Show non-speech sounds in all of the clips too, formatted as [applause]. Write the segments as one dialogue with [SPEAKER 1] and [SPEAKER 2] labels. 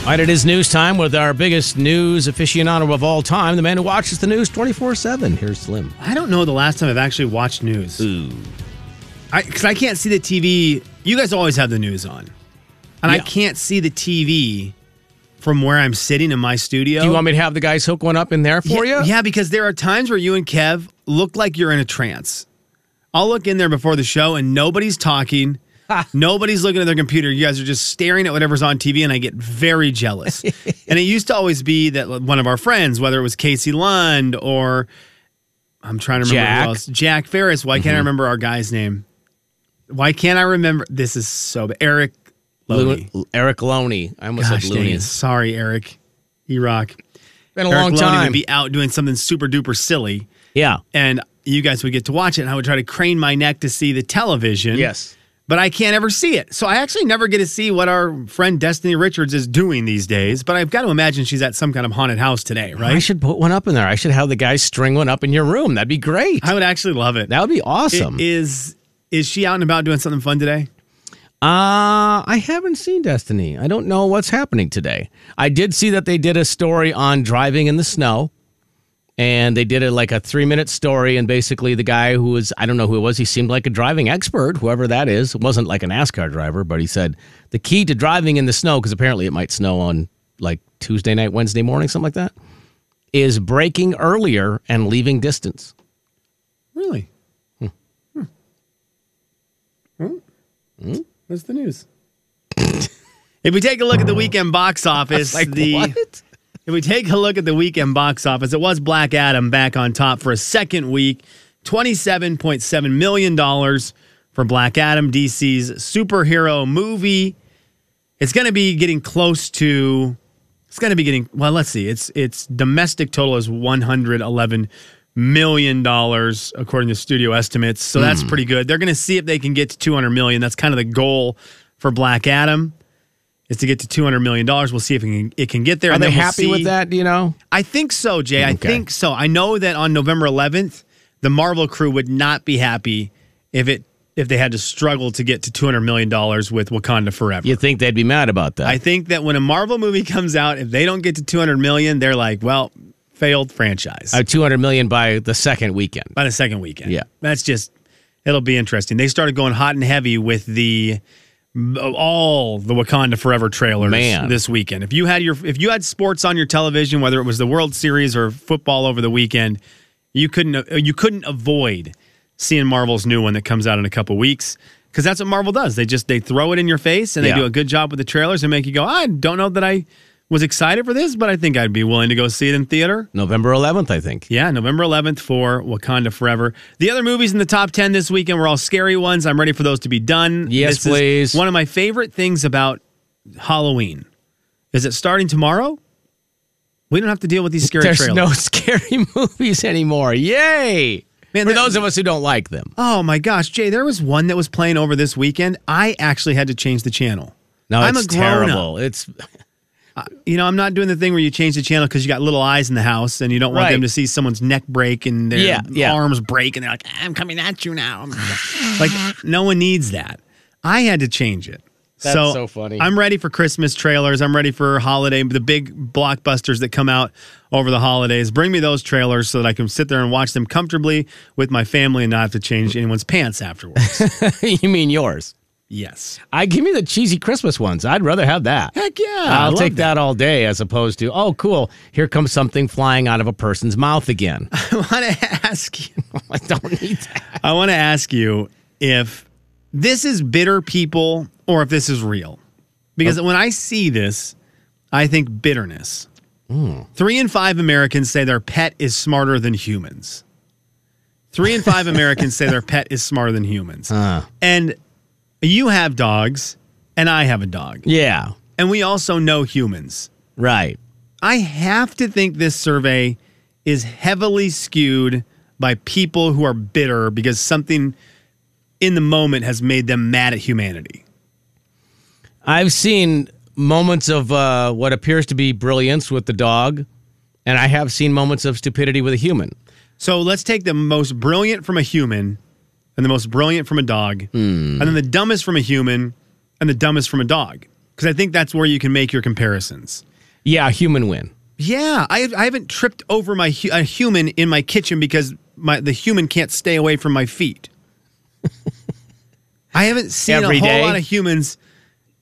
[SPEAKER 1] All right, it is news time with our biggest news aficionado of all time, the man who watches the news 24 7. Here's Slim.
[SPEAKER 2] I don't know the last time I've actually watched news.
[SPEAKER 1] Ooh.
[SPEAKER 2] I because I can't see the TV. You guys always have the news on, and I
[SPEAKER 1] Yeah.
[SPEAKER 2] can't see the TV from where I'm sitting in my studio.
[SPEAKER 1] Do you want me to have the guys hook one up in there for
[SPEAKER 2] Oh. yeah,
[SPEAKER 1] you?
[SPEAKER 2] Yeah, because there are times where you and Kev look like you're in a trance. I'll look in there before the show, and nobody's talking.
[SPEAKER 1] [laughs]
[SPEAKER 2] Nobody's looking at their computer. You guys are just staring at whatever's on TV, and I get
[SPEAKER 1] [laughs]
[SPEAKER 2] very jealous. and it used to always be that one of our friends, whether it was Casey Lund or I'm trying to remember
[SPEAKER 1] Jack. Mm-hmm.
[SPEAKER 2] who else, Jack Ferris. Why can't I remember our guy's name? Why can't I remember? This is so bad. Eric Looney.
[SPEAKER 1] Lu- Eric Loney. I almost
[SPEAKER 2] Gosh,
[SPEAKER 1] said
[SPEAKER 2] dang
[SPEAKER 1] Looney.
[SPEAKER 2] it. Sorry, Eric. You rock.
[SPEAKER 1] Been a
[SPEAKER 2] Eric
[SPEAKER 1] long
[SPEAKER 2] Loney
[SPEAKER 1] time.
[SPEAKER 2] would be out doing something super duper silly,
[SPEAKER 1] yeah.
[SPEAKER 2] and you guys would get to watch it. And I would try to crane my neck to see the television.
[SPEAKER 1] Yes.
[SPEAKER 2] But I can't ever see it. So I actually never get to see what our friend Destiny Richards is doing these days. But I've got to imagine she's at some kind of haunted house today,
[SPEAKER 1] I
[SPEAKER 2] right?
[SPEAKER 1] should put one up in there. I should have the guys string one up in your room. That'd be great.
[SPEAKER 2] I would actually love it.
[SPEAKER 1] that would be awesome.
[SPEAKER 2] It Is is she out and about doing something fun today?
[SPEAKER 1] Uh, I haven't seen Destiny. I don't know what's happening today. I did see that they did a story on driving in the snow. And they did a, like a three minute story. And basically, the guy who was, I don't know who it was, he seemed like a driving expert, whoever that is. It wasn't like a NASCAR driver, but he said the key to driving in the snow, because apparently it might snow on like Tuesday night, Wednesday morning, something like that, is braking earlier and leaving distance.
[SPEAKER 2] Really?
[SPEAKER 1] Hmm.
[SPEAKER 2] Hmm.
[SPEAKER 1] Hmm?
[SPEAKER 2] That's Hmm? the news. [laughs] if we take a look at the
[SPEAKER 1] [laughs]
[SPEAKER 2] weekend box office,
[SPEAKER 1] Like,
[SPEAKER 2] the
[SPEAKER 1] what?
[SPEAKER 2] if we take a look at the weekend box office, it was Black Adam back on top for a second week, twenty-seven point seven million dollars for Black Adam, DC's superhero movie. It's going to be getting close to. It's going to be getting well. Let's see. Its its domestic total is one hundred eleven million dollars according to studio estimates. So
[SPEAKER 1] Hmm.
[SPEAKER 2] that's pretty good. They're going to see if they can get to two hundred million. That's kind of the goal for Black Adam. Is to get to two hundred million dollars. We'll see if it can, it can get there.
[SPEAKER 1] Are
[SPEAKER 2] and
[SPEAKER 1] they
[SPEAKER 2] then we'll
[SPEAKER 1] happy
[SPEAKER 2] see-
[SPEAKER 1] with that? Do you know?
[SPEAKER 2] I think so, Jay. I
[SPEAKER 1] Okay.
[SPEAKER 2] think so. I know that on November 11th, the Marvel crew would not be happy if it if they had to struggle to get to 200 million dollars with Wakanda Forever.
[SPEAKER 1] You think they'd be mad about that?
[SPEAKER 2] I think that when a Marvel movie [laughs] comes out, if they don't get to 200 million, they're like, well, failed franchise
[SPEAKER 1] Uh, 200 million by the second weekend.
[SPEAKER 2] by the second weekend.
[SPEAKER 1] Yeah.
[SPEAKER 2] that's just it'll be interesting. They started going hot and heavy with the all the Wakanda Forever trailers
[SPEAKER 1] Man.
[SPEAKER 2] this weekend. If you had your if you had sports on your television, whether it was the World Series or football over the weekend, you couldn't you couldn't avoid seeing Marvel's new one that comes out in a couple weeks because that's what Marvel does. They just they throw it in your face and they
[SPEAKER 1] Yeah.
[SPEAKER 2] do a good job with the trailers and make you go, I don't know that I was excited for this, but I think I'd be willing to go see it in theater.
[SPEAKER 1] November 11th, I think.
[SPEAKER 2] Yeah, November 11th for Wakanda Forever. The other movies in the top 10 this weekend were all scary ones. I'm ready for those to be done.
[SPEAKER 1] Yes,
[SPEAKER 2] This is
[SPEAKER 1] please.
[SPEAKER 2] one of my favorite things about Halloween is it starting tomorrow? We don't have to deal with these scary
[SPEAKER 1] There's
[SPEAKER 2] trailers.
[SPEAKER 1] no [laughs] scary movies anymore. Yay!
[SPEAKER 2] Man,
[SPEAKER 1] For
[SPEAKER 2] that-
[SPEAKER 1] those of us who don't like them.
[SPEAKER 2] oh my gosh, Jay, there was one that was playing over this weekend. I actually had to change the channel.
[SPEAKER 1] No,
[SPEAKER 2] I'm
[SPEAKER 1] it's
[SPEAKER 2] a grown-up.
[SPEAKER 1] terrible. It's [laughs]
[SPEAKER 2] You know, I'm not doing the thing where you change the channel because you got little eyes in the house and you don't want
[SPEAKER 1] Right.
[SPEAKER 2] them to see someone's neck break and their
[SPEAKER 1] Yeah, yeah.
[SPEAKER 2] arms break and they're like, I'm coming at you now. I'm- like, no one needs that. I had to change it.
[SPEAKER 1] That's so funny.
[SPEAKER 2] I'm ready for Christmas trailers. I'm ready for holiday, the big blockbusters that come out over the holidays. Bring me those trailers so that I can sit there and watch them comfortably with my family and not have to change anyone's
[SPEAKER 1] [laughs]
[SPEAKER 2] pants afterwards.
[SPEAKER 1] you mean yours.
[SPEAKER 2] yes.
[SPEAKER 1] I give me the cheesy Christmas ones. I'd rather have that.
[SPEAKER 2] Heck yeah. I
[SPEAKER 1] I'll
[SPEAKER 2] love
[SPEAKER 1] take that all day as opposed to, oh cool, here comes something flying out of a person's mouth
[SPEAKER 2] [laughs]
[SPEAKER 1] again.
[SPEAKER 2] I want to ask you.
[SPEAKER 1] I don't need that.
[SPEAKER 2] I want to ask you if this is bitter people or if this is real. Because when I see this, I think bitterness. Three in five Americans say their pet is smarter than humans. Three in five Americans say their pet is smarter than humans. And you have dogs, and I have a dog,
[SPEAKER 1] Yeah.
[SPEAKER 2] and we also know humans.
[SPEAKER 1] Right.
[SPEAKER 2] I have to think this survey is heavily skewed by people who are bitter because something in the moment has made them mad at humanity.
[SPEAKER 1] I've seen moments of uh, what appears to be brilliance with the dog, and I have seen moments of stupidity with a human.
[SPEAKER 2] So let's take the most brilliant from a human and the most brilliant from a dog, and then the dumbest from a human and the dumbest from a dog. because I think that's where you can make your comparisons.
[SPEAKER 1] Yeah, human win.
[SPEAKER 2] Yeah, I, I haven't tripped over my hu- a human in my kitchen because my the human can't stay away from my feet. I haven't seen
[SPEAKER 1] Every
[SPEAKER 2] a whole
[SPEAKER 1] day?
[SPEAKER 2] lot of humans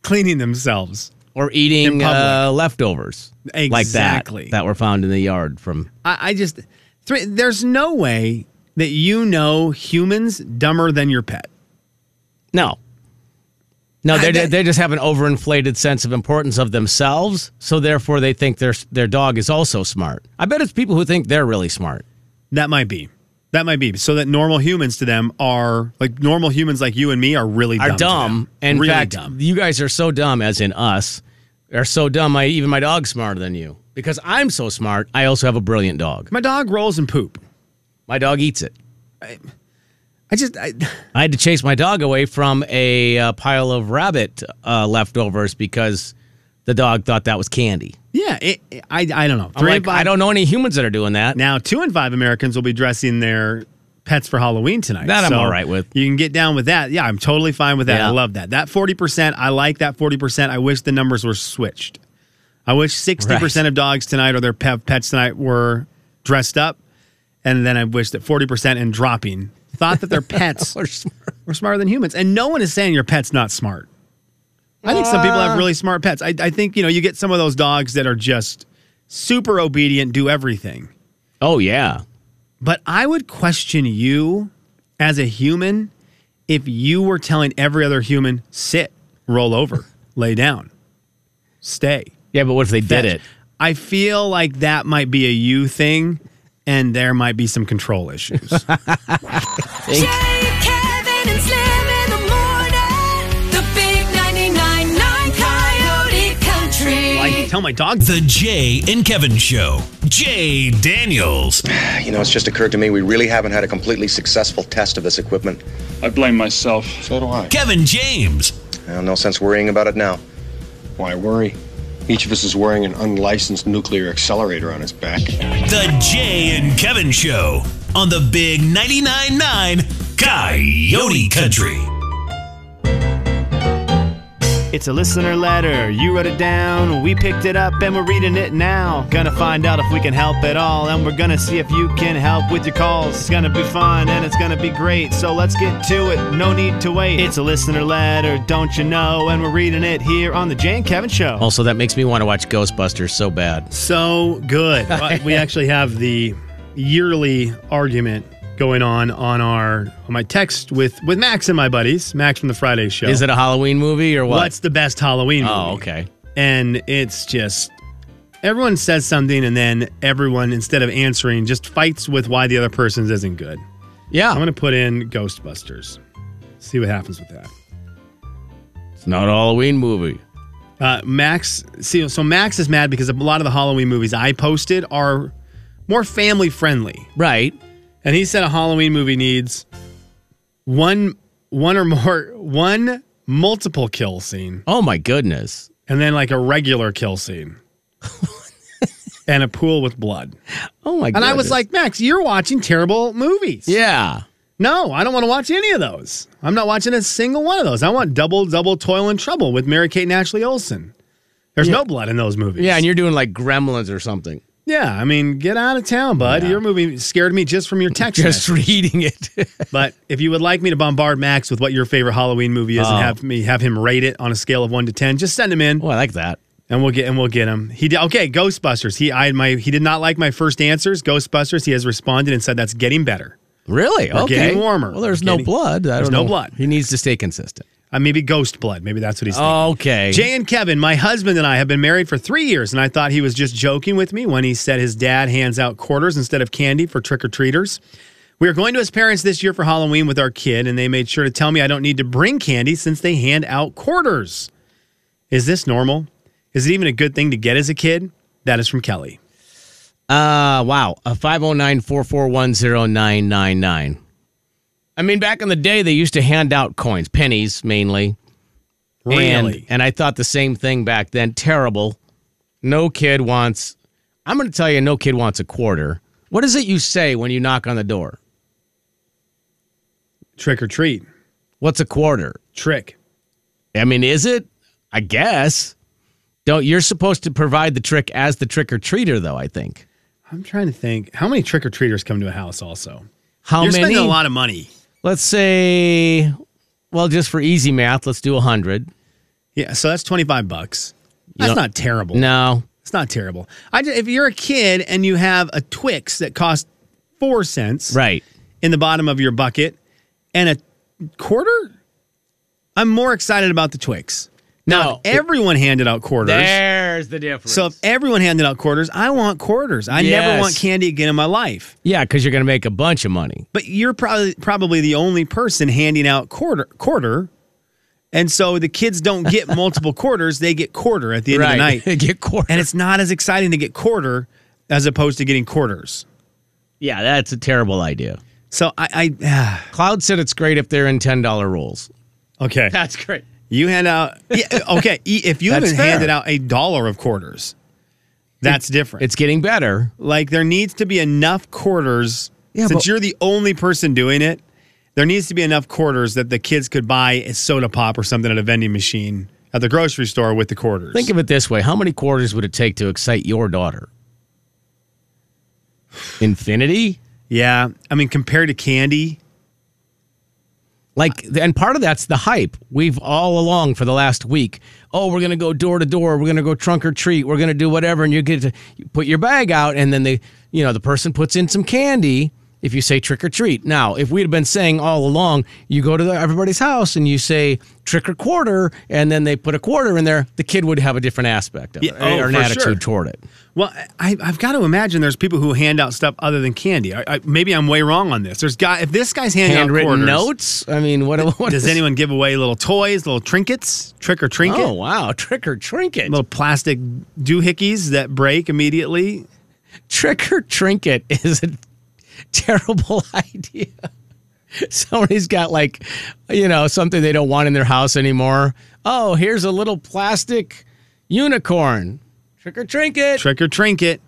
[SPEAKER 2] cleaning themselves.
[SPEAKER 1] Or eating
[SPEAKER 2] In public.
[SPEAKER 1] uh, leftovers like that
[SPEAKER 2] Exactly.
[SPEAKER 1] that were found in the yard from.
[SPEAKER 2] I, I just three, there's no way that you know humans dumber than your pet.
[SPEAKER 1] No. No, they
[SPEAKER 2] I-
[SPEAKER 1] they just have an overinflated sense of importance of themselves, so therefore they think their their dog is also smart. I bet it's people who think they're really smart.
[SPEAKER 2] That might be. That might be. So that normal humans to them are like normal humans like you and me are really dumb
[SPEAKER 1] Are
[SPEAKER 2] to
[SPEAKER 1] dumb.
[SPEAKER 2] them.
[SPEAKER 1] And in
[SPEAKER 2] really
[SPEAKER 1] fact,
[SPEAKER 2] dumb.
[SPEAKER 1] you guys are so dumb, as in us, are so dumb. I even my dog's smarter than you because I'm so smart. I also have a brilliant dog.
[SPEAKER 2] My dog rolls and poop.
[SPEAKER 1] My dog eats it.
[SPEAKER 2] I just I, [laughs]
[SPEAKER 1] I had to chase my dog away from a uh, pile of rabbit uh, leftovers because the dog thought that was candy.
[SPEAKER 2] yeah, it, it- I I don't know.
[SPEAKER 1] I'm
[SPEAKER 2] Three
[SPEAKER 1] like,
[SPEAKER 2] and five-
[SPEAKER 1] I don't know any humans that are doing that. [laughs]
[SPEAKER 2] Now, two in five Americans will be dressing their pets for Halloween tonight.
[SPEAKER 1] That I'm all right with.
[SPEAKER 2] You can get down with that. Yeah, I'm totally fine with that.
[SPEAKER 1] Yeah.
[SPEAKER 2] I love that. That 40%, I like that 40%. I wish the numbers were switched. I wish 60%
[SPEAKER 1] Right.
[SPEAKER 2] of dogs tonight or their pet pets tonight were dressed up. And then I wish that 40% and dropping
[SPEAKER 1] [laughs]
[SPEAKER 2] thought that their pets
[SPEAKER 1] Or smart.
[SPEAKER 2] were smarter than humans. And no one is saying your pet's not smart. I think some
[SPEAKER 1] Uh.
[SPEAKER 2] people have really smart pets. I, I think, you know, you get some of those dogs that are just super obedient, do everything.
[SPEAKER 1] Oh yeah.
[SPEAKER 2] But I would question you as a human if you were telling every other human, sit, roll over, [laughs] lay down, stay.
[SPEAKER 1] Yeah, but what if they
[SPEAKER 2] fetch."
[SPEAKER 1] did it?
[SPEAKER 2] I feel like that might be a you thing and there might be some control issues.
[SPEAKER 1] Think-
[SPEAKER 3] Jay, Kevin, and Slim in the morning. The big 99.9 Coyote Country.
[SPEAKER 2] like, tell my dog
[SPEAKER 4] The Jay and Kevin Show. Jay Daniels.
[SPEAKER 5] You know, it's just occurred to me we really haven't had a completely successful test of this equipment.
[SPEAKER 6] I blame myself.
[SPEAKER 7] So do I.
[SPEAKER 4] Kevin James.
[SPEAKER 5] Well, no sense worrying about it now.
[SPEAKER 7] Why worry? Each of us is wearing an unlicensed nuclear accelerator on his back.
[SPEAKER 4] The Jay and Kevin Show on the Big 99.9 9 Coyote Country.
[SPEAKER 2] It's a listener letter. You wrote it down. We picked it up and we're reading it now. Gonna find out if we can help at all. And we're gonna see if you can help with your calls. It's gonna be fun and it's gonna be great. So let's get to it. No need to wait. It's a listener letter, don't you know? And we're reading it here on The Jay and Kevin Show.
[SPEAKER 1] Also, that makes me want to watch Ghostbusters so bad.
[SPEAKER 2] So
[SPEAKER 1] [laughs]
[SPEAKER 2] good. Uh, we actually have the yearly argument going on on our on my text with with Max and my buddies. Max from the Friday show.
[SPEAKER 1] Is it a Halloween movie or what?
[SPEAKER 2] What's the best Halloween movie?
[SPEAKER 1] oh, okay.
[SPEAKER 2] and it's just everyone says something and then everyone instead of answering just fights with why the other person's isn't good
[SPEAKER 1] Yeah.
[SPEAKER 2] i'm gonna put in ghostbusters see what happens with that
[SPEAKER 1] it's not a Halloween movie.
[SPEAKER 2] uh, max see, so max is mad because a lot of the halloween movies i posted are more family friendly
[SPEAKER 1] Right.
[SPEAKER 2] and he said a halloween movie needs one one or more one multiple kill scene
[SPEAKER 1] Oh my goodness.
[SPEAKER 2] and then like a regular kill scene and a pool with blood
[SPEAKER 1] Oh my
[SPEAKER 2] And I was like, Max, you're watching terrible movies.
[SPEAKER 1] Yeah.
[SPEAKER 2] No, I don't want to watch any of those. I'm not watching a single one of those. I want Double Double Toil and Trouble with Mary Kate and Ashley Olsen. There's no blood in those movies.
[SPEAKER 1] Yeah, and you're doing like gremlins or something.
[SPEAKER 2] yeah. I mean, get out of town, bud. Your movie scared me
[SPEAKER 1] [laughs]
[SPEAKER 2] just from your text.
[SPEAKER 1] Just
[SPEAKER 2] [laughs] message.
[SPEAKER 1] reading it. [laughs]
[SPEAKER 2] but if you would like me to bombard Max with what your favorite Halloween movie is and have me have him rate it on a scale of one to ten, just send him in.
[SPEAKER 1] oh, I like that.
[SPEAKER 2] and we'll get and we'll get him. He did okay. Ghostbusters. He I my he did not like my first answers. Ghostbusters. He has responded and said that's getting better.
[SPEAKER 1] Really?
[SPEAKER 2] We're
[SPEAKER 1] okay.
[SPEAKER 2] getting warmer.
[SPEAKER 1] Well, there's
[SPEAKER 2] We're
[SPEAKER 1] no
[SPEAKER 2] getting-
[SPEAKER 1] blood. I
[SPEAKER 2] there's
[SPEAKER 1] don't
[SPEAKER 2] no
[SPEAKER 1] know.
[SPEAKER 2] blood.
[SPEAKER 1] He needs to stay consistent.
[SPEAKER 2] Uh, maybe ghost blood. Maybe that's what
[SPEAKER 1] Oh.
[SPEAKER 2] he's thinking.
[SPEAKER 1] Okay.
[SPEAKER 2] Jay and Kevin, my husband and I have been married for three years, and I thought he was just joking with me when he said his dad hands out quarters instead of candy for trick or treaters. We are going to his parents this year for Halloween with our kid, and they made sure to tell me I don't need to bring candy since they hand out quarters. Is this normal? Is it even a good thing to get as a kid? That is from Kelly.
[SPEAKER 1] Uh, wow. A 509-441-0999. I mean, back in the day, they used to hand out coins, pennies mainly. And,
[SPEAKER 2] Really?
[SPEAKER 1] and I thought the same thing back then. Terrible. No kid wants, I'm going to tell you, no kid wants a quarter. What is it you say when you knock on the door?
[SPEAKER 2] trick or treat.
[SPEAKER 1] What's a quarter?
[SPEAKER 2] Trick.
[SPEAKER 1] I mean, is it? I guess. Don't you're supposed to provide the trick as the trick or treater though? I think.
[SPEAKER 2] I'm trying to think. How many trick or treaters come to a house? Also,
[SPEAKER 1] How
[SPEAKER 2] you're
[SPEAKER 1] many?
[SPEAKER 2] spending a lot of money.
[SPEAKER 1] Let's say, well, just for easy math, let's do hundred.
[SPEAKER 2] Yeah, so that's 25 bucks. That's
[SPEAKER 1] know-
[SPEAKER 2] not terrible.
[SPEAKER 1] No,
[SPEAKER 2] It's not terrible. I ju- if you're a kid and you have a Twix that costs 4 cents
[SPEAKER 1] right.
[SPEAKER 2] in the bottom of your bucket and a quarter, I'm more excited about the Twix.
[SPEAKER 1] No,
[SPEAKER 2] If everyone handed out quarters.
[SPEAKER 1] there's the difference.
[SPEAKER 2] so if everyone handed out quarters, I want quarters. I never
[SPEAKER 1] Yes.
[SPEAKER 2] want candy again in my life.
[SPEAKER 1] yeah, because you're going to make a bunch of money.
[SPEAKER 2] but you're probably probably the only person handing out quarter quarter and so the kids don't get
[SPEAKER 1] [laughs]
[SPEAKER 2] multiple quarters they get quarter at the end of the night
[SPEAKER 1] Get quarter.
[SPEAKER 2] and it's not as exciting to get quarter as opposed to getting quarters
[SPEAKER 1] yeah, that's a terrible idea.
[SPEAKER 2] so i i [sighs]
[SPEAKER 1] Cloud said it's great if they're in ten dollar rolls.
[SPEAKER 2] okay
[SPEAKER 1] That's great.
[SPEAKER 2] you hand out yeah, okay e- if
[SPEAKER 1] [laughs]
[SPEAKER 2] you
[SPEAKER 1] That's
[SPEAKER 2] haven't
[SPEAKER 1] fair.
[SPEAKER 2] handed out a dollar of quarters that's different
[SPEAKER 1] It's getting better.
[SPEAKER 2] Like there needs to be enough quarters.
[SPEAKER 1] Yeah,
[SPEAKER 2] since
[SPEAKER 1] but-
[SPEAKER 2] you're the only person doing it, there needs to be enough quarters that the kids could buy a soda pop or something at a vending machine at the grocery store with the quarters.
[SPEAKER 1] Think of it this way: How many quarters would it take to excite your daughter? Infinity.
[SPEAKER 2] yeah, I mean compared to candy,
[SPEAKER 1] Like, and part of that's the hype. We've all along for the last week. Oh, we're gonna go door to door. We're gonna go trunk or treat. We're gonna do whatever, and you get to you put your bag out, and then they, you know, the person puts in some candy. If you say trick or treat, now if we'd have been saying all along, you go to the, everybody's house and you say trick or quarter, and then they put a quarter in there, the kid would have a different aspect of it
[SPEAKER 2] Yeah, oh,
[SPEAKER 1] or an
[SPEAKER 2] for
[SPEAKER 1] attitude
[SPEAKER 2] sure.
[SPEAKER 1] toward it.
[SPEAKER 2] well, I, I've got to imagine there's people who hand out stuff other than candy. I, I, maybe I'm way wrong on this. There's guy if this guy's handing out
[SPEAKER 1] Handwritten
[SPEAKER 2] quarters,
[SPEAKER 1] notes. I mean, what? what
[SPEAKER 2] does
[SPEAKER 1] is- [laughs]
[SPEAKER 2] anyone give away little toys, little trinkets, trick or trinket?
[SPEAKER 1] Oh wow, trick or trinket.
[SPEAKER 2] Little plastic doohickeys that break immediately.
[SPEAKER 1] trick or trinket [laughs] is a terrible [laughs] idea. Somebody's got like, you know, something they don't want in their house anymore. Oh, here's a little plastic unicorn. Trick or trinket.
[SPEAKER 2] trick or trinket.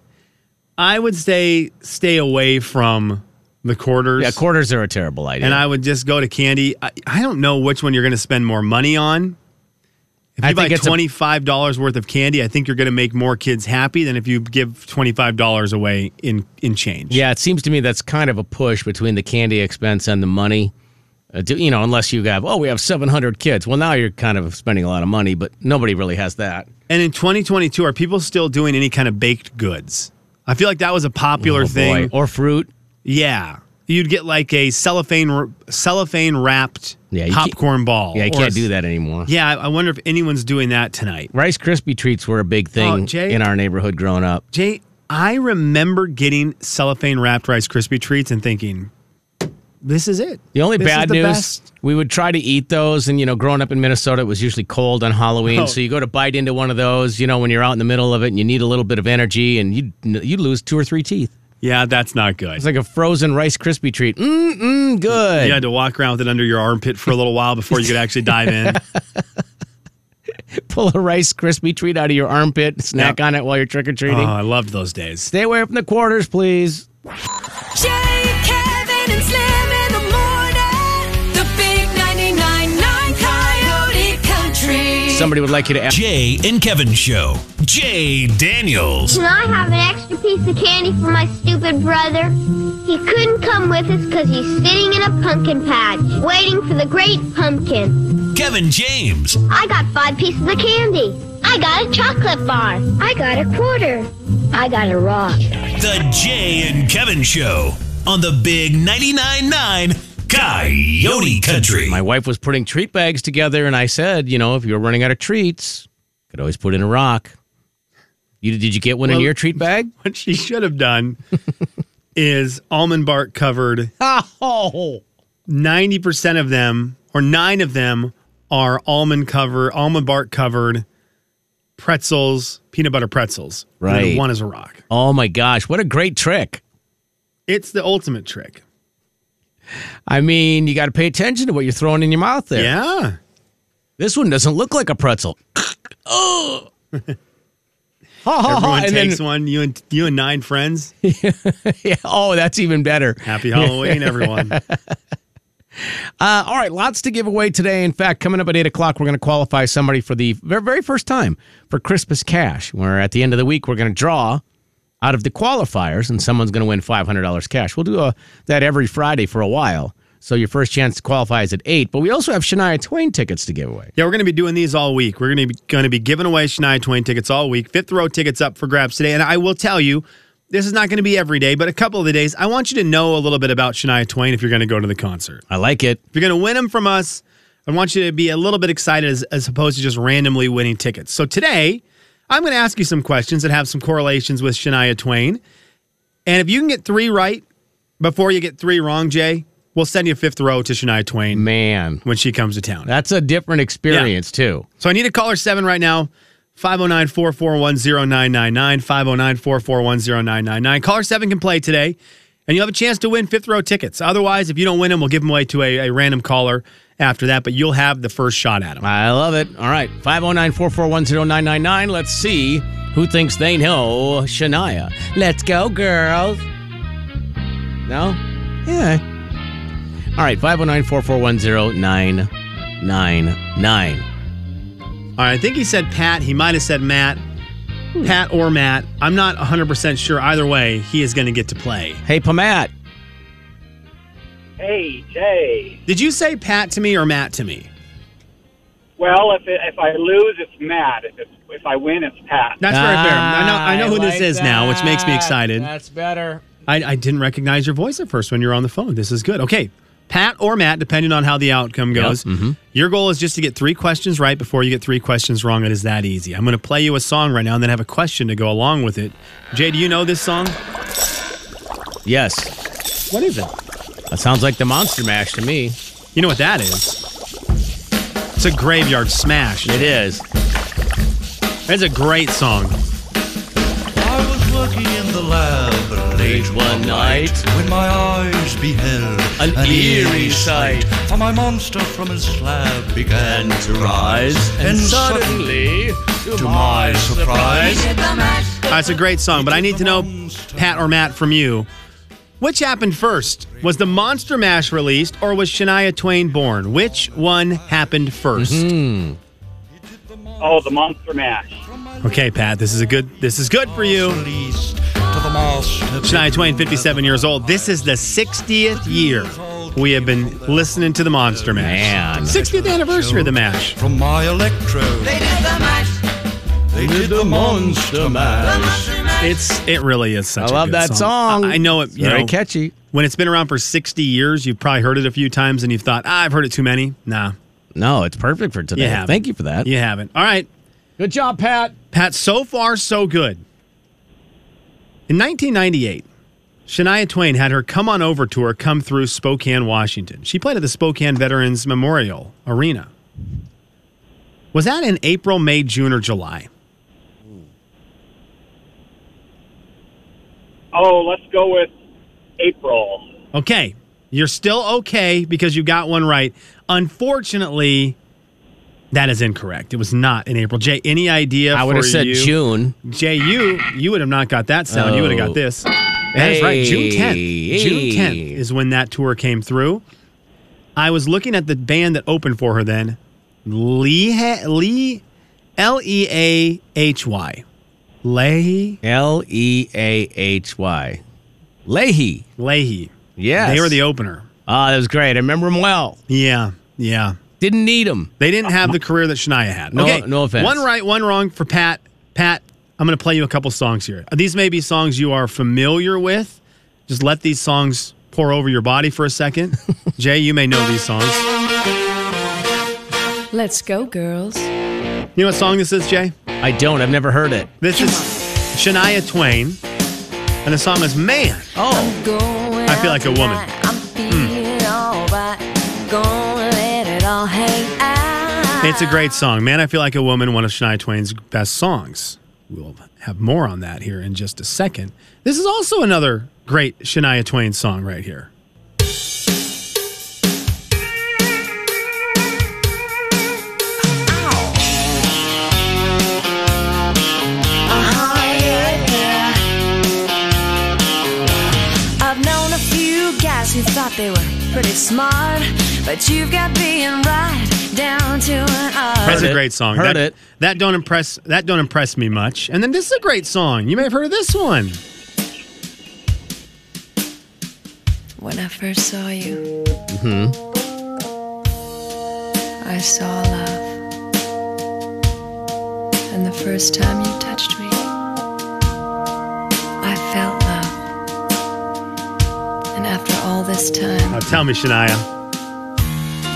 [SPEAKER 2] I would say stay away from the quarters.
[SPEAKER 1] yeah, quarters are a terrible idea.
[SPEAKER 2] and I would just go to candy. I, I don't know which one you're going to spend more money on. If
[SPEAKER 1] I
[SPEAKER 2] you buy
[SPEAKER 1] think it's a-
[SPEAKER 2] twenty five dollars worth of candy, I think you're going to make more kids happy than if you give twenty five dollars away in in change.
[SPEAKER 1] yeah, it seems to me that's kind of a push between the candy expense and the money. Uh, do, you know, unless you have, oh, we have 700 kids. Well, now you're kind of spending a lot of money, but nobody really has that.
[SPEAKER 2] And in 2022, are people still doing any kind of baked goods? I feel like that was a popular
[SPEAKER 1] Oh,
[SPEAKER 2] thing.
[SPEAKER 1] boy. Or fruit.
[SPEAKER 2] Yeah. You'd get like a cellophane cellophane wrapped
[SPEAKER 1] Yeah, you can't-
[SPEAKER 2] popcorn ball.
[SPEAKER 1] Yeah, you
[SPEAKER 2] or
[SPEAKER 1] can't
[SPEAKER 2] a-
[SPEAKER 1] do that anymore.
[SPEAKER 2] Yeah, I I wonder if anyone's doing that tonight.
[SPEAKER 1] Rice Krispie treats were a big
[SPEAKER 2] Oh,
[SPEAKER 1] thing
[SPEAKER 2] Jay-
[SPEAKER 1] in our neighborhood growing up.
[SPEAKER 2] Jay, I remember getting cellophane wrapped Rice Krispie treats and thinking, this is it.
[SPEAKER 1] The only
[SPEAKER 2] This is
[SPEAKER 1] bad
[SPEAKER 2] the
[SPEAKER 1] news,
[SPEAKER 2] best."
[SPEAKER 1] we would try to eat those. And, you know, growing up in Minnesota, it was usually cold on Halloween.
[SPEAKER 2] Oh.
[SPEAKER 1] So you go to bite into one of those, you know, when you're out in the middle of it and you need a little bit of energy and you you lose two or three teeth.
[SPEAKER 2] Yeah, that's not good.
[SPEAKER 1] It's like a frozen Rice Krispie treat. Mm-mm, good.
[SPEAKER 2] You had to walk around with it under your armpit for a little while before you could actually dive [laughs] in.
[SPEAKER 1] Pull a Rice Krispie treat out of your armpit, snack
[SPEAKER 2] Yep.
[SPEAKER 1] on it while you're trick-or-treating.
[SPEAKER 2] Oh, I loved those days.
[SPEAKER 1] Stay away from the quarters, please.
[SPEAKER 3] Jay, Kevin, and Slim in the morning. The big 99.9 Coyote Country.
[SPEAKER 1] Somebody would like you to ask.
[SPEAKER 4] Jay and Kevin Show. Jay Daniels.
[SPEAKER 6] Can I have an extra piece of candy for my stupid brother? He couldn't come with us because he's sitting in a pumpkin patch, waiting for the great pumpkin.
[SPEAKER 4] Kevin James.
[SPEAKER 6] I got five pieces of candy. I got a chocolate bar. I got a quarter. I got a rock.
[SPEAKER 4] The Jay and Kevin Show on the Big 99.9 Coyote Country.
[SPEAKER 1] My wife was putting treat bags together, and I said, you know, if you're running out of treats, you could always put in a rock. You did you get one in
[SPEAKER 2] Well-
[SPEAKER 1] your treat bag?
[SPEAKER 2] [laughs] What she should have done is almond bark covered.
[SPEAKER 1] Oh,
[SPEAKER 2] 90% of them, or nine of them, are almond cover, almond bark covered pretzels, peanut butter pretzels. And then
[SPEAKER 1] Right.
[SPEAKER 2] one is a rock.
[SPEAKER 1] oh my gosh, what a great trick!
[SPEAKER 2] It's the ultimate trick.
[SPEAKER 1] I mean, you got to pay attention to what you're throwing in your mouth there.
[SPEAKER 2] Yeah.
[SPEAKER 1] This one doesn't look like a
[SPEAKER 2] [laughs]
[SPEAKER 1] pretzel. oh,
[SPEAKER 2] Everyone
[SPEAKER 1] [laughs] and
[SPEAKER 2] takes
[SPEAKER 1] then,
[SPEAKER 2] one. You and you and nine friends.
[SPEAKER 1] yeah, oh, that's even better. [laughs]
[SPEAKER 2] Happy Halloween, everyone.
[SPEAKER 1] Uh, all right, lots to give away today. In fact, coming up at 8 o'clock, we're going to qualify somebody for the ver- very first time for Christmas cash, where at the end of the week, we're going to draw out of the qualifiers, and someone's going to win $500 cash. We'll do uh that every Friday for a while. So your first chance to qualify is at 8, but we also have Shania Twain tickets to give away.
[SPEAKER 2] Yeah, we're going to be doing these all week. We're going to be going to be giving away Shania Twain tickets all week. Fifth row tickets up for grabs today. And I will tell you, this is not going to be every day, but a couple of the days. I want you to know a little bit about Shania Twain if you're going to go to the concert.
[SPEAKER 1] I like it.
[SPEAKER 2] If you're going to win them from us, I want you to be a little bit excited as, as opposed to just randomly winning tickets. So today, I'm going to ask you some questions that have some correlations with Shania Twain. And if you can get three right before you get three wrong, Jay, we'll send you fifth row to Shania Twain
[SPEAKER 1] Man,
[SPEAKER 2] when she comes to town.
[SPEAKER 1] that's a different experience, too.
[SPEAKER 2] So I need a caller seven right now. 509 441 0999. 509 441 0999. Caller seven can play today, and you'll have a chance to win fifth row tickets. Otherwise, if you don't win them, we'll give them away to a, a random caller after that, but you'll have the first shot at them.
[SPEAKER 1] I love it. All right, 509 441 0999. Let's see who thinks they know Shania. Let's go, girls. No? Yeah. All right, 509 441 0999.
[SPEAKER 2] All right, I think he said Pat. He might have said Matt. Pat or Matt. I'm not 100% sure. Either way, he is going to get to play.
[SPEAKER 1] Hey, Pamat.
[SPEAKER 8] Hey, Jay.
[SPEAKER 2] Did you say Pat to me or Matt to me?
[SPEAKER 8] Well, if it, if I lose, it's Matt. If it's, if I win, it's Pat.
[SPEAKER 2] That's very fair. I know, I know who this is now, which makes me excited.
[SPEAKER 1] That's better.
[SPEAKER 2] I, I didn't recognize your voice at first when you were on the phone. This is good. Okay. Pat or Matt, depending on how the outcome goes.
[SPEAKER 1] Mm-hmm.
[SPEAKER 2] Your goal is just to get three questions right before you get three questions wrong. It is that easy. I'm going to play you a song right now and then have a question to go along with it. Jay, do you know this song?
[SPEAKER 1] Yes.
[SPEAKER 2] What is it?
[SPEAKER 1] That sounds like the Monster Mash to me.
[SPEAKER 2] You know what that is? It's a graveyard smash.
[SPEAKER 1] It is.
[SPEAKER 2] It's a great song.
[SPEAKER 9] I was working in the lab late one night when my eyes beheld
[SPEAKER 1] An eerie sight.
[SPEAKER 9] For my monster from his slab began to rise, and suddenly, to my surprise,
[SPEAKER 2] Uh, it's a great song, but I need to know, Pat or Matt, from you. Which happened first? Was the Monster Mash released or was Shania Twain born? Which one happened 1st
[SPEAKER 8] Oh, the Monster Mash.
[SPEAKER 2] Okay, Pat, this is a good this is good for you.
[SPEAKER 9] released to the master.
[SPEAKER 2] Shania Twain, 57 years old. This is the 60th year we have been listening to the Monster Mash.
[SPEAKER 1] Man.
[SPEAKER 2] 60th anniversary of the Mash.
[SPEAKER 9] From my electrode, they did the mash. They did the monster mash.
[SPEAKER 2] It's it really is such
[SPEAKER 1] I
[SPEAKER 2] a
[SPEAKER 1] love
[SPEAKER 2] good
[SPEAKER 1] that song.
[SPEAKER 2] I, I know it, you
[SPEAKER 1] Very
[SPEAKER 2] know,
[SPEAKER 1] catchy.
[SPEAKER 2] when it's been around for 60 years, you've probably heard it a few times and you've thought, ah, I've heard it too many. Nah,
[SPEAKER 1] No, it's perfect for today.
[SPEAKER 2] You have it.
[SPEAKER 1] Thank you for that.
[SPEAKER 2] you haven't. All right.
[SPEAKER 1] Good job, Pat.
[SPEAKER 2] Pat, so far, so good. In 1998, Shania Twain had her Come On Over tour come through Spokane, Washington. She played at the Spokane Veterans Memorial Arena. Was that in April, May, June, or July?
[SPEAKER 8] Oh, let's go with April.
[SPEAKER 2] Okay. You're still okay because you got one right. Unfortunately, that is incorrect. It was not in April. Jay, any idea?
[SPEAKER 1] I would have
[SPEAKER 2] for
[SPEAKER 1] said
[SPEAKER 2] you?
[SPEAKER 1] June.
[SPEAKER 2] Jay, you you would have not got that sound. You would have got
[SPEAKER 1] Oh.
[SPEAKER 2] this. That is right. June 10th.
[SPEAKER 1] Hey.
[SPEAKER 2] June 10th is when that tour came through. I was looking at the band that opened for her then. Lee Lee L E A H Y. Leahy
[SPEAKER 1] L E A H Y. Leahy.
[SPEAKER 2] Leahy.
[SPEAKER 1] Yes.
[SPEAKER 2] They were the opener.
[SPEAKER 1] Ah, that was great. I remember him well.
[SPEAKER 2] Yeah. Yeah.
[SPEAKER 1] Didn't need him.
[SPEAKER 2] They didn't have the career that Shania had.
[SPEAKER 1] Uh, No-
[SPEAKER 2] okay.
[SPEAKER 1] no offense.
[SPEAKER 2] One right, one wrong for Pat. Pat, I'm going to play you a couple songs here. These may be songs you are familiar with. Just let these songs pour over your body for
[SPEAKER 1] [laughs]
[SPEAKER 2] a second. Jay, you may know these songs.
[SPEAKER 10] Let's go, girls.
[SPEAKER 2] You know what song this is, Jay?
[SPEAKER 1] I don't. I've never heard it.
[SPEAKER 2] This is Shania Twain, and the song is "Man."
[SPEAKER 1] Oh,
[SPEAKER 10] Going
[SPEAKER 2] I feel like
[SPEAKER 10] out
[SPEAKER 2] a woman. Hmm.
[SPEAKER 10] tonight. I'm feeling alright. Gonna let it all hang out.
[SPEAKER 2] It's a great song, "Man." I feel like a woman. One of Shania Twain's best songs. We'll have more on that here in just a second. This is also another great Shania Twain song right here.
[SPEAKER 10] I've known a few guys who thought they were pretty smart, but you've got being right down to an art.
[SPEAKER 2] That's a
[SPEAKER 1] it.
[SPEAKER 2] great song.
[SPEAKER 1] Heard
[SPEAKER 2] that,
[SPEAKER 1] it.
[SPEAKER 2] That don't impress. That don't impress me much. And then this is a great song. You may have heard of this one.
[SPEAKER 10] When I first saw you, I saw love. And the first time you touched me, I felt love. And after all this time,
[SPEAKER 2] Oh, tell me, Shania.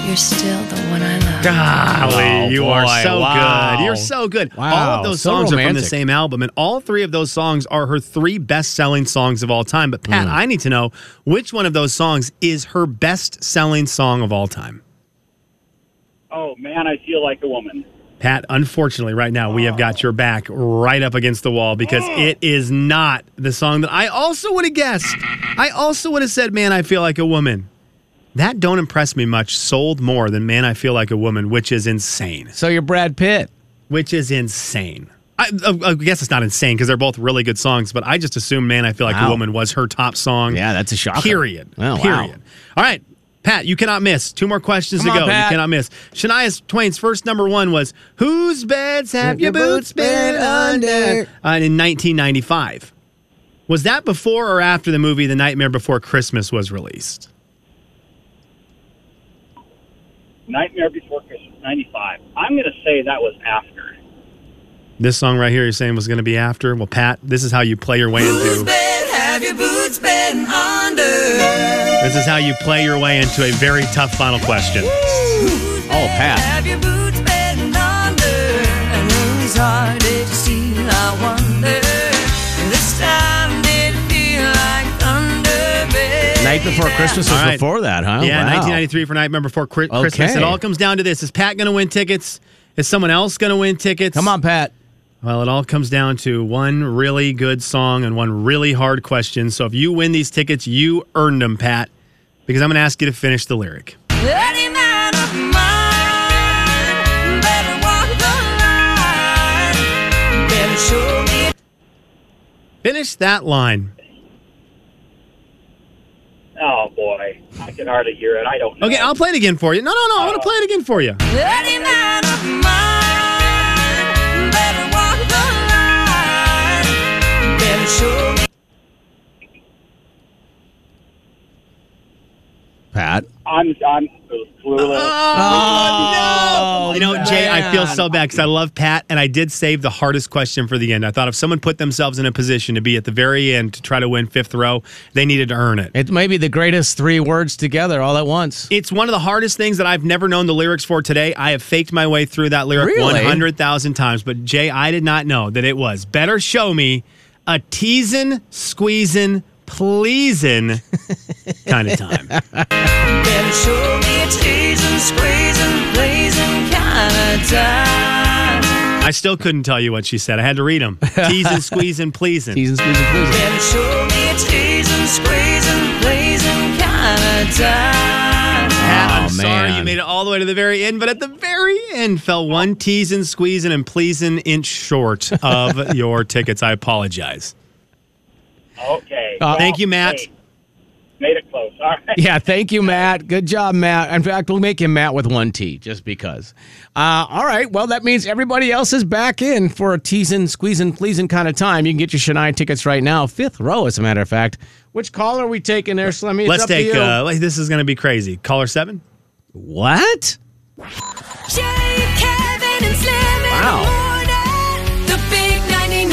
[SPEAKER 10] you're still the one I love.
[SPEAKER 2] Golly,
[SPEAKER 1] Oh,
[SPEAKER 2] you are
[SPEAKER 1] boy,
[SPEAKER 2] so
[SPEAKER 1] wow.
[SPEAKER 2] good. You're so good.
[SPEAKER 1] Wow,
[SPEAKER 2] All of those
[SPEAKER 1] so
[SPEAKER 2] songs are from the
[SPEAKER 1] romantic.
[SPEAKER 2] same album, and all three of those songs are her three best-selling songs of all time. But
[SPEAKER 1] Mm.
[SPEAKER 2] Pat, I need to know which one of those songs is her best-selling song of all time.
[SPEAKER 8] Oh man, I feel like a woman.
[SPEAKER 2] Pat, unfortunately, right now we have got your back right up against the wall because
[SPEAKER 8] Oh.
[SPEAKER 2] it is not the song that I also would have guessed. I also would have said, Man, I Feel Like a Woman. That Don't Impress Me Much sold more than Man, I Feel Like a Woman, which is insane.
[SPEAKER 1] So you're Brad Pitt.
[SPEAKER 2] Which is insane. I, uh, I- I guess it's not insane because they're both really good songs, but I just assumed Man, I Feel Like a
[SPEAKER 1] Wow.
[SPEAKER 2] Woman was her top song.
[SPEAKER 1] Yeah, that's a shocker.
[SPEAKER 2] Period.
[SPEAKER 1] Oh, wow.
[SPEAKER 2] Period. All right, Pat, you cannot miss. Two more questions
[SPEAKER 1] Come
[SPEAKER 2] to
[SPEAKER 1] on,
[SPEAKER 2] go.
[SPEAKER 1] Pat.
[SPEAKER 2] You cannot miss. Shania Twain's first number one was "Whose beds have
[SPEAKER 1] Have
[SPEAKER 2] your
[SPEAKER 1] your boots
[SPEAKER 2] boots been
[SPEAKER 1] been
[SPEAKER 2] under?"
[SPEAKER 1] under?
[SPEAKER 2] Uh, in 1995. Was that before or after the movie The Nightmare Before Christmas was released?
[SPEAKER 8] Nightmare Before Christmas, '95. I'm gonna say that was after.
[SPEAKER 2] This song right here, you're saying was going to be after. Well, Pat, this is how you play your way
[SPEAKER 1] [gasps]
[SPEAKER 2] into. [laughs] This is how you play your way into a very tough final question.
[SPEAKER 1] Oh, Pat.
[SPEAKER 10] Have your boots been under? And whose heart did you steal? I wonder. And This time did it feel like thunder, baby?
[SPEAKER 1] Night Before Christmas was
[SPEAKER 2] All right.
[SPEAKER 1] before that, huh?
[SPEAKER 2] yeah,
[SPEAKER 1] Oh, Wow.
[SPEAKER 2] 1993 for Nightmare Before Chri- Christmas.
[SPEAKER 1] Okay.
[SPEAKER 2] It all comes down to this: Is Pat going to win tickets? Is someone else going to win tickets?
[SPEAKER 1] Come on, Pat.
[SPEAKER 2] Well, it all comes down to one really good song and one really hard question. So if you win these tickets, you earned them, Pat, because I'm going to ask you to finish the lyric.
[SPEAKER 10] Any man of mine better walk the line. Better show me
[SPEAKER 2] Finish that line.
[SPEAKER 8] Oh boy, I can hardly hear it. I don't. know. Uh,
[SPEAKER 2] Okay, I'll play it again for you. No, no, no, I'm going to play it again for you.
[SPEAKER 10] any man of mine better walk the line. Better show me
[SPEAKER 1] Pat.
[SPEAKER 8] I'm I'm clueless.
[SPEAKER 1] Oh,
[SPEAKER 2] You know, Jay, I feel so bad because I love Pat, and I did save the hardest question for the end. I thought if someone put themselves in a position to be at the very end to try to win fifth row, they needed to earn it.
[SPEAKER 1] It may be the greatest three words together all at once.
[SPEAKER 2] It's one of the hardest things that I've never known the lyrics for today. I have faked my way through that lyric
[SPEAKER 1] Really?
[SPEAKER 2] 100,000 times, but Jay, I did not know that it was better show me a teasing, squeezing,
[SPEAKER 1] [laughs]
[SPEAKER 2] pleasing kind of time.
[SPEAKER 10] Better show me a teasing, squeezing, blazing kind of time.
[SPEAKER 2] I still couldn't tell you what she said. I had to read them. Teasing, squeezing, pleasing.
[SPEAKER 1] Seasons, seasons, seasons.
[SPEAKER 10] Better show me a teasing, squeezing, blazing kind of time.
[SPEAKER 2] Pat,
[SPEAKER 1] Oh,
[SPEAKER 2] I'm sorry
[SPEAKER 1] man.
[SPEAKER 2] you made it all the way to the very end, but at the very end fell one teasing, squeezing, and pleasing inch short
[SPEAKER 1] [laughs]
[SPEAKER 2] of your tickets. I apologize.
[SPEAKER 8] Okay.
[SPEAKER 1] Uh,
[SPEAKER 2] Thank you, Matt.
[SPEAKER 8] hey, made it close. All right.
[SPEAKER 1] Yeah, thank you, Matt. Good job, Matt. In fact, we'll make him Matt with one T just because. Uh, all right. Well, that means everybody else is back in for a teasing, squeezing, pleasing kind of time. You can get your Shania tickets right now, fifth row, as a matter of fact. Which caller are we taking there, Slimmy? It's
[SPEAKER 2] Let's
[SPEAKER 1] up to
[SPEAKER 2] take,
[SPEAKER 1] you.
[SPEAKER 2] uh, like, this is going to be crazy. Caller seven.
[SPEAKER 1] what?
[SPEAKER 3] Jay, Kevin, and Slim in
[SPEAKER 1] Wow.
[SPEAKER 3] the morning. The big 99.9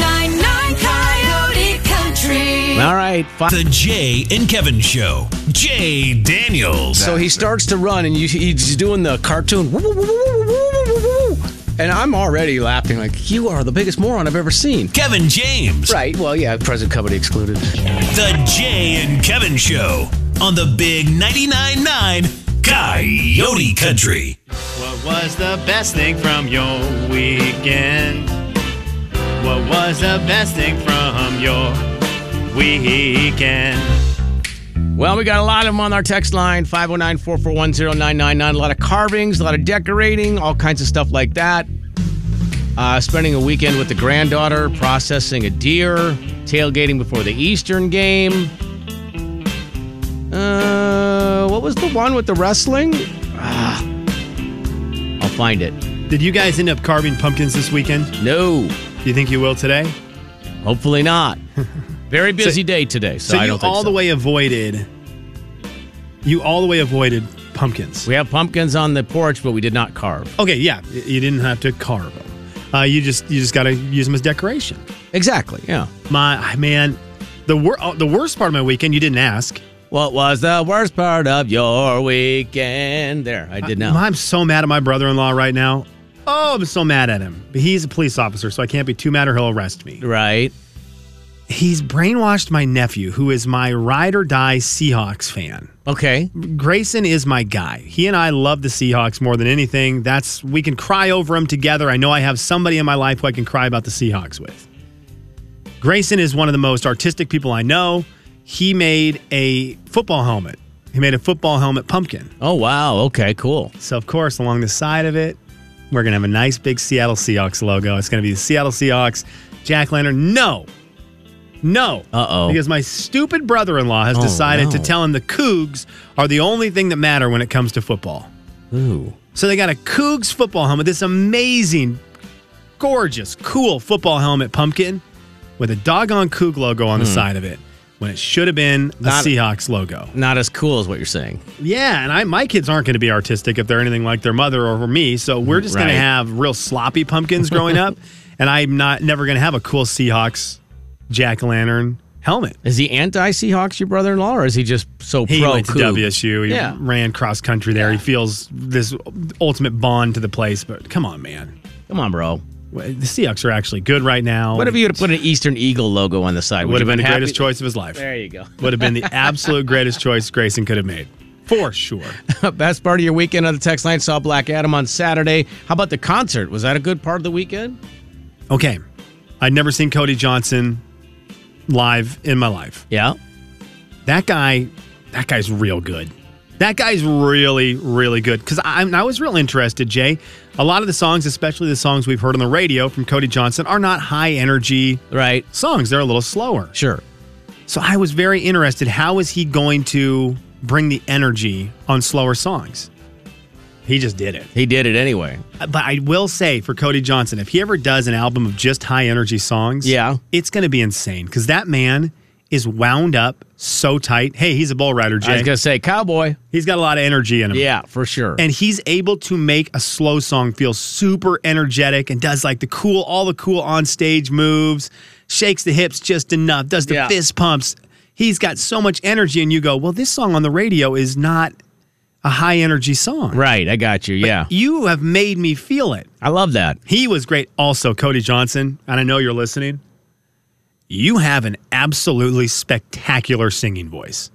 [SPEAKER 3] Coyote Country.
[SPEAKER 1] All right. Fine.
[SPEAKER 4] The Jay and Kevin Show. Jay Daniels.
[SPEAKER 1] So he starts to run, and you, he's doing the cartoon. "Woo, woo, woo, woo, woo, woo, woo, woo." And I'm already laughing, like, you are the biggest moron I've ever seen.
[SPEAKER 4] Kevin James.
[SPEAKER 1] Right. Well, yeah, present company excluded.
[SPEAKER 4] The Jay and Kevin Show on the Big 99.9 Coyote Country.
[SPEAKER 2] What was the best thing from your weekend? What was the best thing from your weekend?
[SPEAKER 1] Well, we got a lot of them on our text line 509 441 0999. A lot of carvings, a lot of decorating, all kinds of stuff like that. Uh, spending a weekend with the granddaughter, processing a deer, tailgating before the Eastern game. Uh, what was the one with the wrestling? Ah. I'll find it.
[SPEAKER 2] Did you guys end up carving pumpkins this weekend?
[SPEAKER 1] No.
[SPEAKER 2] Do you think you will today?
[SPEAKER 1] Hopefully
[SPEAKER 2] [laughs]
[SPEAKER 1] not. Very busy day today, so,
[SPEAKER 2] So
[SPEAKER 1] I
[SPEAKER 2] you
[SPEAKER 1] don't think
[SPEAKER 2] all
[SPEAKER 1] so.
[SPEAKER 2] the way avoided. You all the way avoided pumpkins.
[SPEAKER 1] we have pumpkins on the porch, but we did not carve.
[SPEAKER 2] Okay, yeah, y- you didn't have to carve them. Uh, you just you just got to use them as decoration.
[SPEAKER 1] Exactly. Yeah.
[SPEAKER 2] My ah, man, the wor- oh, the worst part of my weekend you didn't ask.
[SPEAKER 1] What was the worst part of your weekend? There, I did not.
[SPEAKER 2] I'm so mad at my brother-in-law right now. Oh, I'm so mad at him. But he's a police officer, so I can't be too mad or he'll arrest me.
[SPEAKER 1] right.
[SPEAKER 2] He's brainwashed my nephew, who is my ride or die Seahawks fan.
[SPEAKER 1] Okay.
[SPEAKER 2] Grayson is my guy. He and I love the Seahawks more than anything. That's we can cry over them together. I know I have somebody in my life who I can cry about the Seahawks with. Grayson is one of the most artistic people I know. He made a football helmet. He made a football helmet pumpkin.
[SPEAKER 1] Oh wow. Okay. Cool.
[SPEAKER 2] So of course, along the side of it, we're gonna have a nice big Seattle Seahawks logo. It's gonna be the Seattle Seahawks. Jack Lantern, no. No.
[SPEAKER 1] Uh-oh.
[SPEAKER 2] Because my stupid brother in law has
[SPEAKER 1] Oh,
[SPEAKER 2] decided to
[SPEAKER 1] no.
[SPEAKER 2] tell him the Cougs are the only thing that matter when it comes to football.
[SPEAKER 1] Ooh.
[SPEAKER 2] So they got a Cougs football helmet, this amazing, gorgeous, cool football helmet pumpkin with a doggone Coug logo on the side of it when it should have been a
[SPEAKER 1] Hmm. Not-
[SPEAKER 2] Seahawks logo.
[SPEAKER 1] Not as cool as what you're saying.
[SPEAKER 2] Yeah, and I my kids aren't going to be artistic if they're anything like their mother or me. So we're just going
[SPEAKER 1] Right.
[SPEAKER 2] to have real sloppy pumpkins
[SPEAKER 1] [laughs]
[SPEAKER 2] growing up, and I'm not never going to have a cool Seahawks jack o' lantern helmet.
[SPEAKER 1] Is he anti Seahawks, your brother in law, or is he just so
[SPEAKER 2] He
[SPEAKER 1] pro
[SPEAKER 2] went to
[SPEAKER 1] Coug?
[SPEAKER 2] WSU. He
[SPEAKER 1] Yeah.
[SPEAKER 2] ran cross country there. He feels this ultimate bond to the place. But come on, man,
[SPEAKER 1] Come on,
[SPEAKER 2] Um,
[SPEAKER 1] bro.
[SPEAKER 2] the Seahawks are actually good right now.
[SPEAKER 1] What if you would have put an Eastern Eagle logo on the side?
[SPEAKER 2] would have been the
[SPEAKER 1] happy?
[SPEAKER 2] greatest choice of his life?
[SPEAKER 1] There you go. [laughs]
[SPEAKER 2] Would have been the absolute greatest choice Grayson could have made for sure.
[SPEAKER 1] Best part of your weekend on the text line saw Black Adam on Saturday. How about the concert? Was that a good part of the weekend?
[SPEAKER 2] Okay. I'd never seen Cody Johnson live in my life.
[SPEAKER 1] Yeah.
[SPEAKER 2] That guy, that guy's real good. That guy's really, really good. Because I, I was real interested, Jay. A lot of the songs, especially the songs we've heard on the radio from Cody Johnson, are not high energy
[SPEAKER 1] Right.
[SPEAKER 2] songs. They're a little slower.
[SPEAKER 1] Sure.
[SPEAKER 2] So I was very interested. How is he going to bring the energy on slower songs? He just did it.
[SPEAKER 1] He did it anyway.
[SPEAKER 2] But I will say for Cody Johnson, if he ever does an album of just high energy songs,
[SPEAKER 1] Yeah.
[SPEAKER 2] it's going to be insane because that man is wound up so tight. Hey, he's a bull rider,
[SPEAKER 1] I
[SPEAKER 2] Jay.
[SPEAKER 1] was gonna say cowboy.
[SPEAKER 2] he's got a lot of energy in him.
[SPEAKER 1] Yeah, for sure.
[SPEAKER 2] And he's able to make a slow song feel super energetic and does like the cool, all the cool on stage moves, shakes the hips just enough, does the
[SPEAKER 1] Yeah.
[SPEAKER 2] fist pumps. He's got so much energy, and you go, well, this song on the radio is not a high energy song.
[SPEAKER 1] right, I got you. Yeah.
[SPEAKER 2] You have made me feel it.
[SPEAKER 1] I love that.
[SPEAKER 2] He was great. Also, Cody Johnson, and I know you're listening. You have an absolutely spectacular singing voice.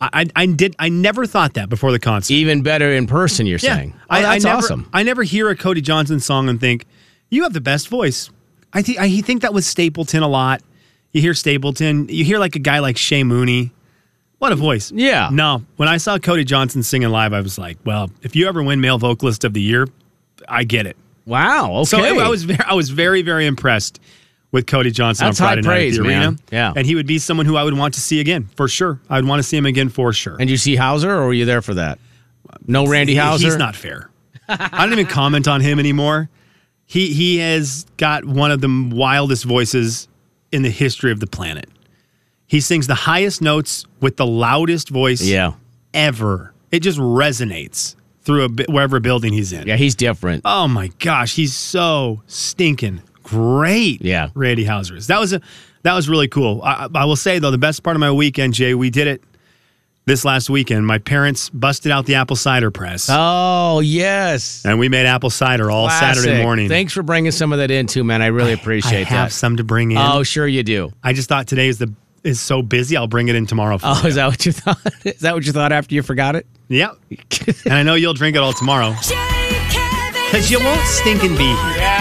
[SPEAKER 2] I, I, I did. I never thought that before the concert.
[SPEAKER 1] Even better in person, you're saying.
[SPEAKER 2] I,
[SPEAKER 1] oh,
[SPEAKER 2] I
[SPEAKER 1] that's
[SPEAKER 2] never,
[SPEAKER 1] awesome.
[SPEAKER 2] I never hear a Cody Johnson song and think, "You have the best voice." I think I think that was Stapleton a lot. You hear Stapleton. You hear like a guy like Shay Mooney. What a voice!
[SPEAKER 1] Yeah.
[SPEAKER 2] No, when I saw Cody Johnson singing live, I was like, "Well, if you ever win Male Vocalist of the Year, I get it."
[SPEAKER 1] wow. Okay.
[SPEAKER 2] So I was very, I was very very impressed with Cody Johnson
[SPEAKER 1] That's
[SPEAKER 2] on
[SPEAKER 1] high
[SPEAKER 2] Friday night
[SPEAKER 1] praise,
[SPEAKER 2] at the
[SPEAKER 1] man.
[SPEAKER 2] arena.
[SPEAKER 1] Yeah.
[SPEAKER 2] and he would be someone who I would want to see again for sure. I would want to see him again for sure.
[SPEAKER 1] and you see Hauser, or were you there for that? No Randy
[SPEAKER 2] He-
[SPEAKER 1] Hauser.
[SPEAKER 2] he's not fair. I don't even comment on him anymore. He he has got one of the wildest voices in the history of the planet. He sings the highest notes with the loudest voice
[SPEAKER 1] Yeah.
[SPEAKER 2] ever. It just resonates through a bi- wherever building he's in.
[SPEAKER 1] Yeah, he's different.
[SPEAKER 2] Oh my gosh, he's so stinking great.
[SPEAKER 1] Yeah.
[SPEAKER 2] Randy Hauser is. That was a that was really cool. I, I will say though, the best part of my weekend, Jay, we did it this last weekend. My parents busted out the apple cider press,
[SPEAKER 1] Oh yes.
[SPEAKER 2] and we made apple cider all Saturday
[SPEAKER 1] Classic.
[SPEAKER 2] morning.
[SPEAKER 1] Thanks for bringing some of that in too, man. I really appreciate
[SPEAKER 2] I have
[SPEAKER 1] that.
[SPEAKER 2] some to bring in.
[SPEAKER 1] oh, sure you do.
[SPEAKER 2] I just thought today is the is so busy. I'll bring it in tomorrow. For
[SPEAKER 1] Oh,
[SPEAKER 2] you.
[SPEAKER 1] is that what you [laughs] thought? Is that what you thought after you forgot it? [laughs]
[SPEAKER 2] Yep. and I know you'll drink it all tomorrow
[SPEAKER 3] Jay, Kevin,
[SPEAKER 2] because you won't stinking be here.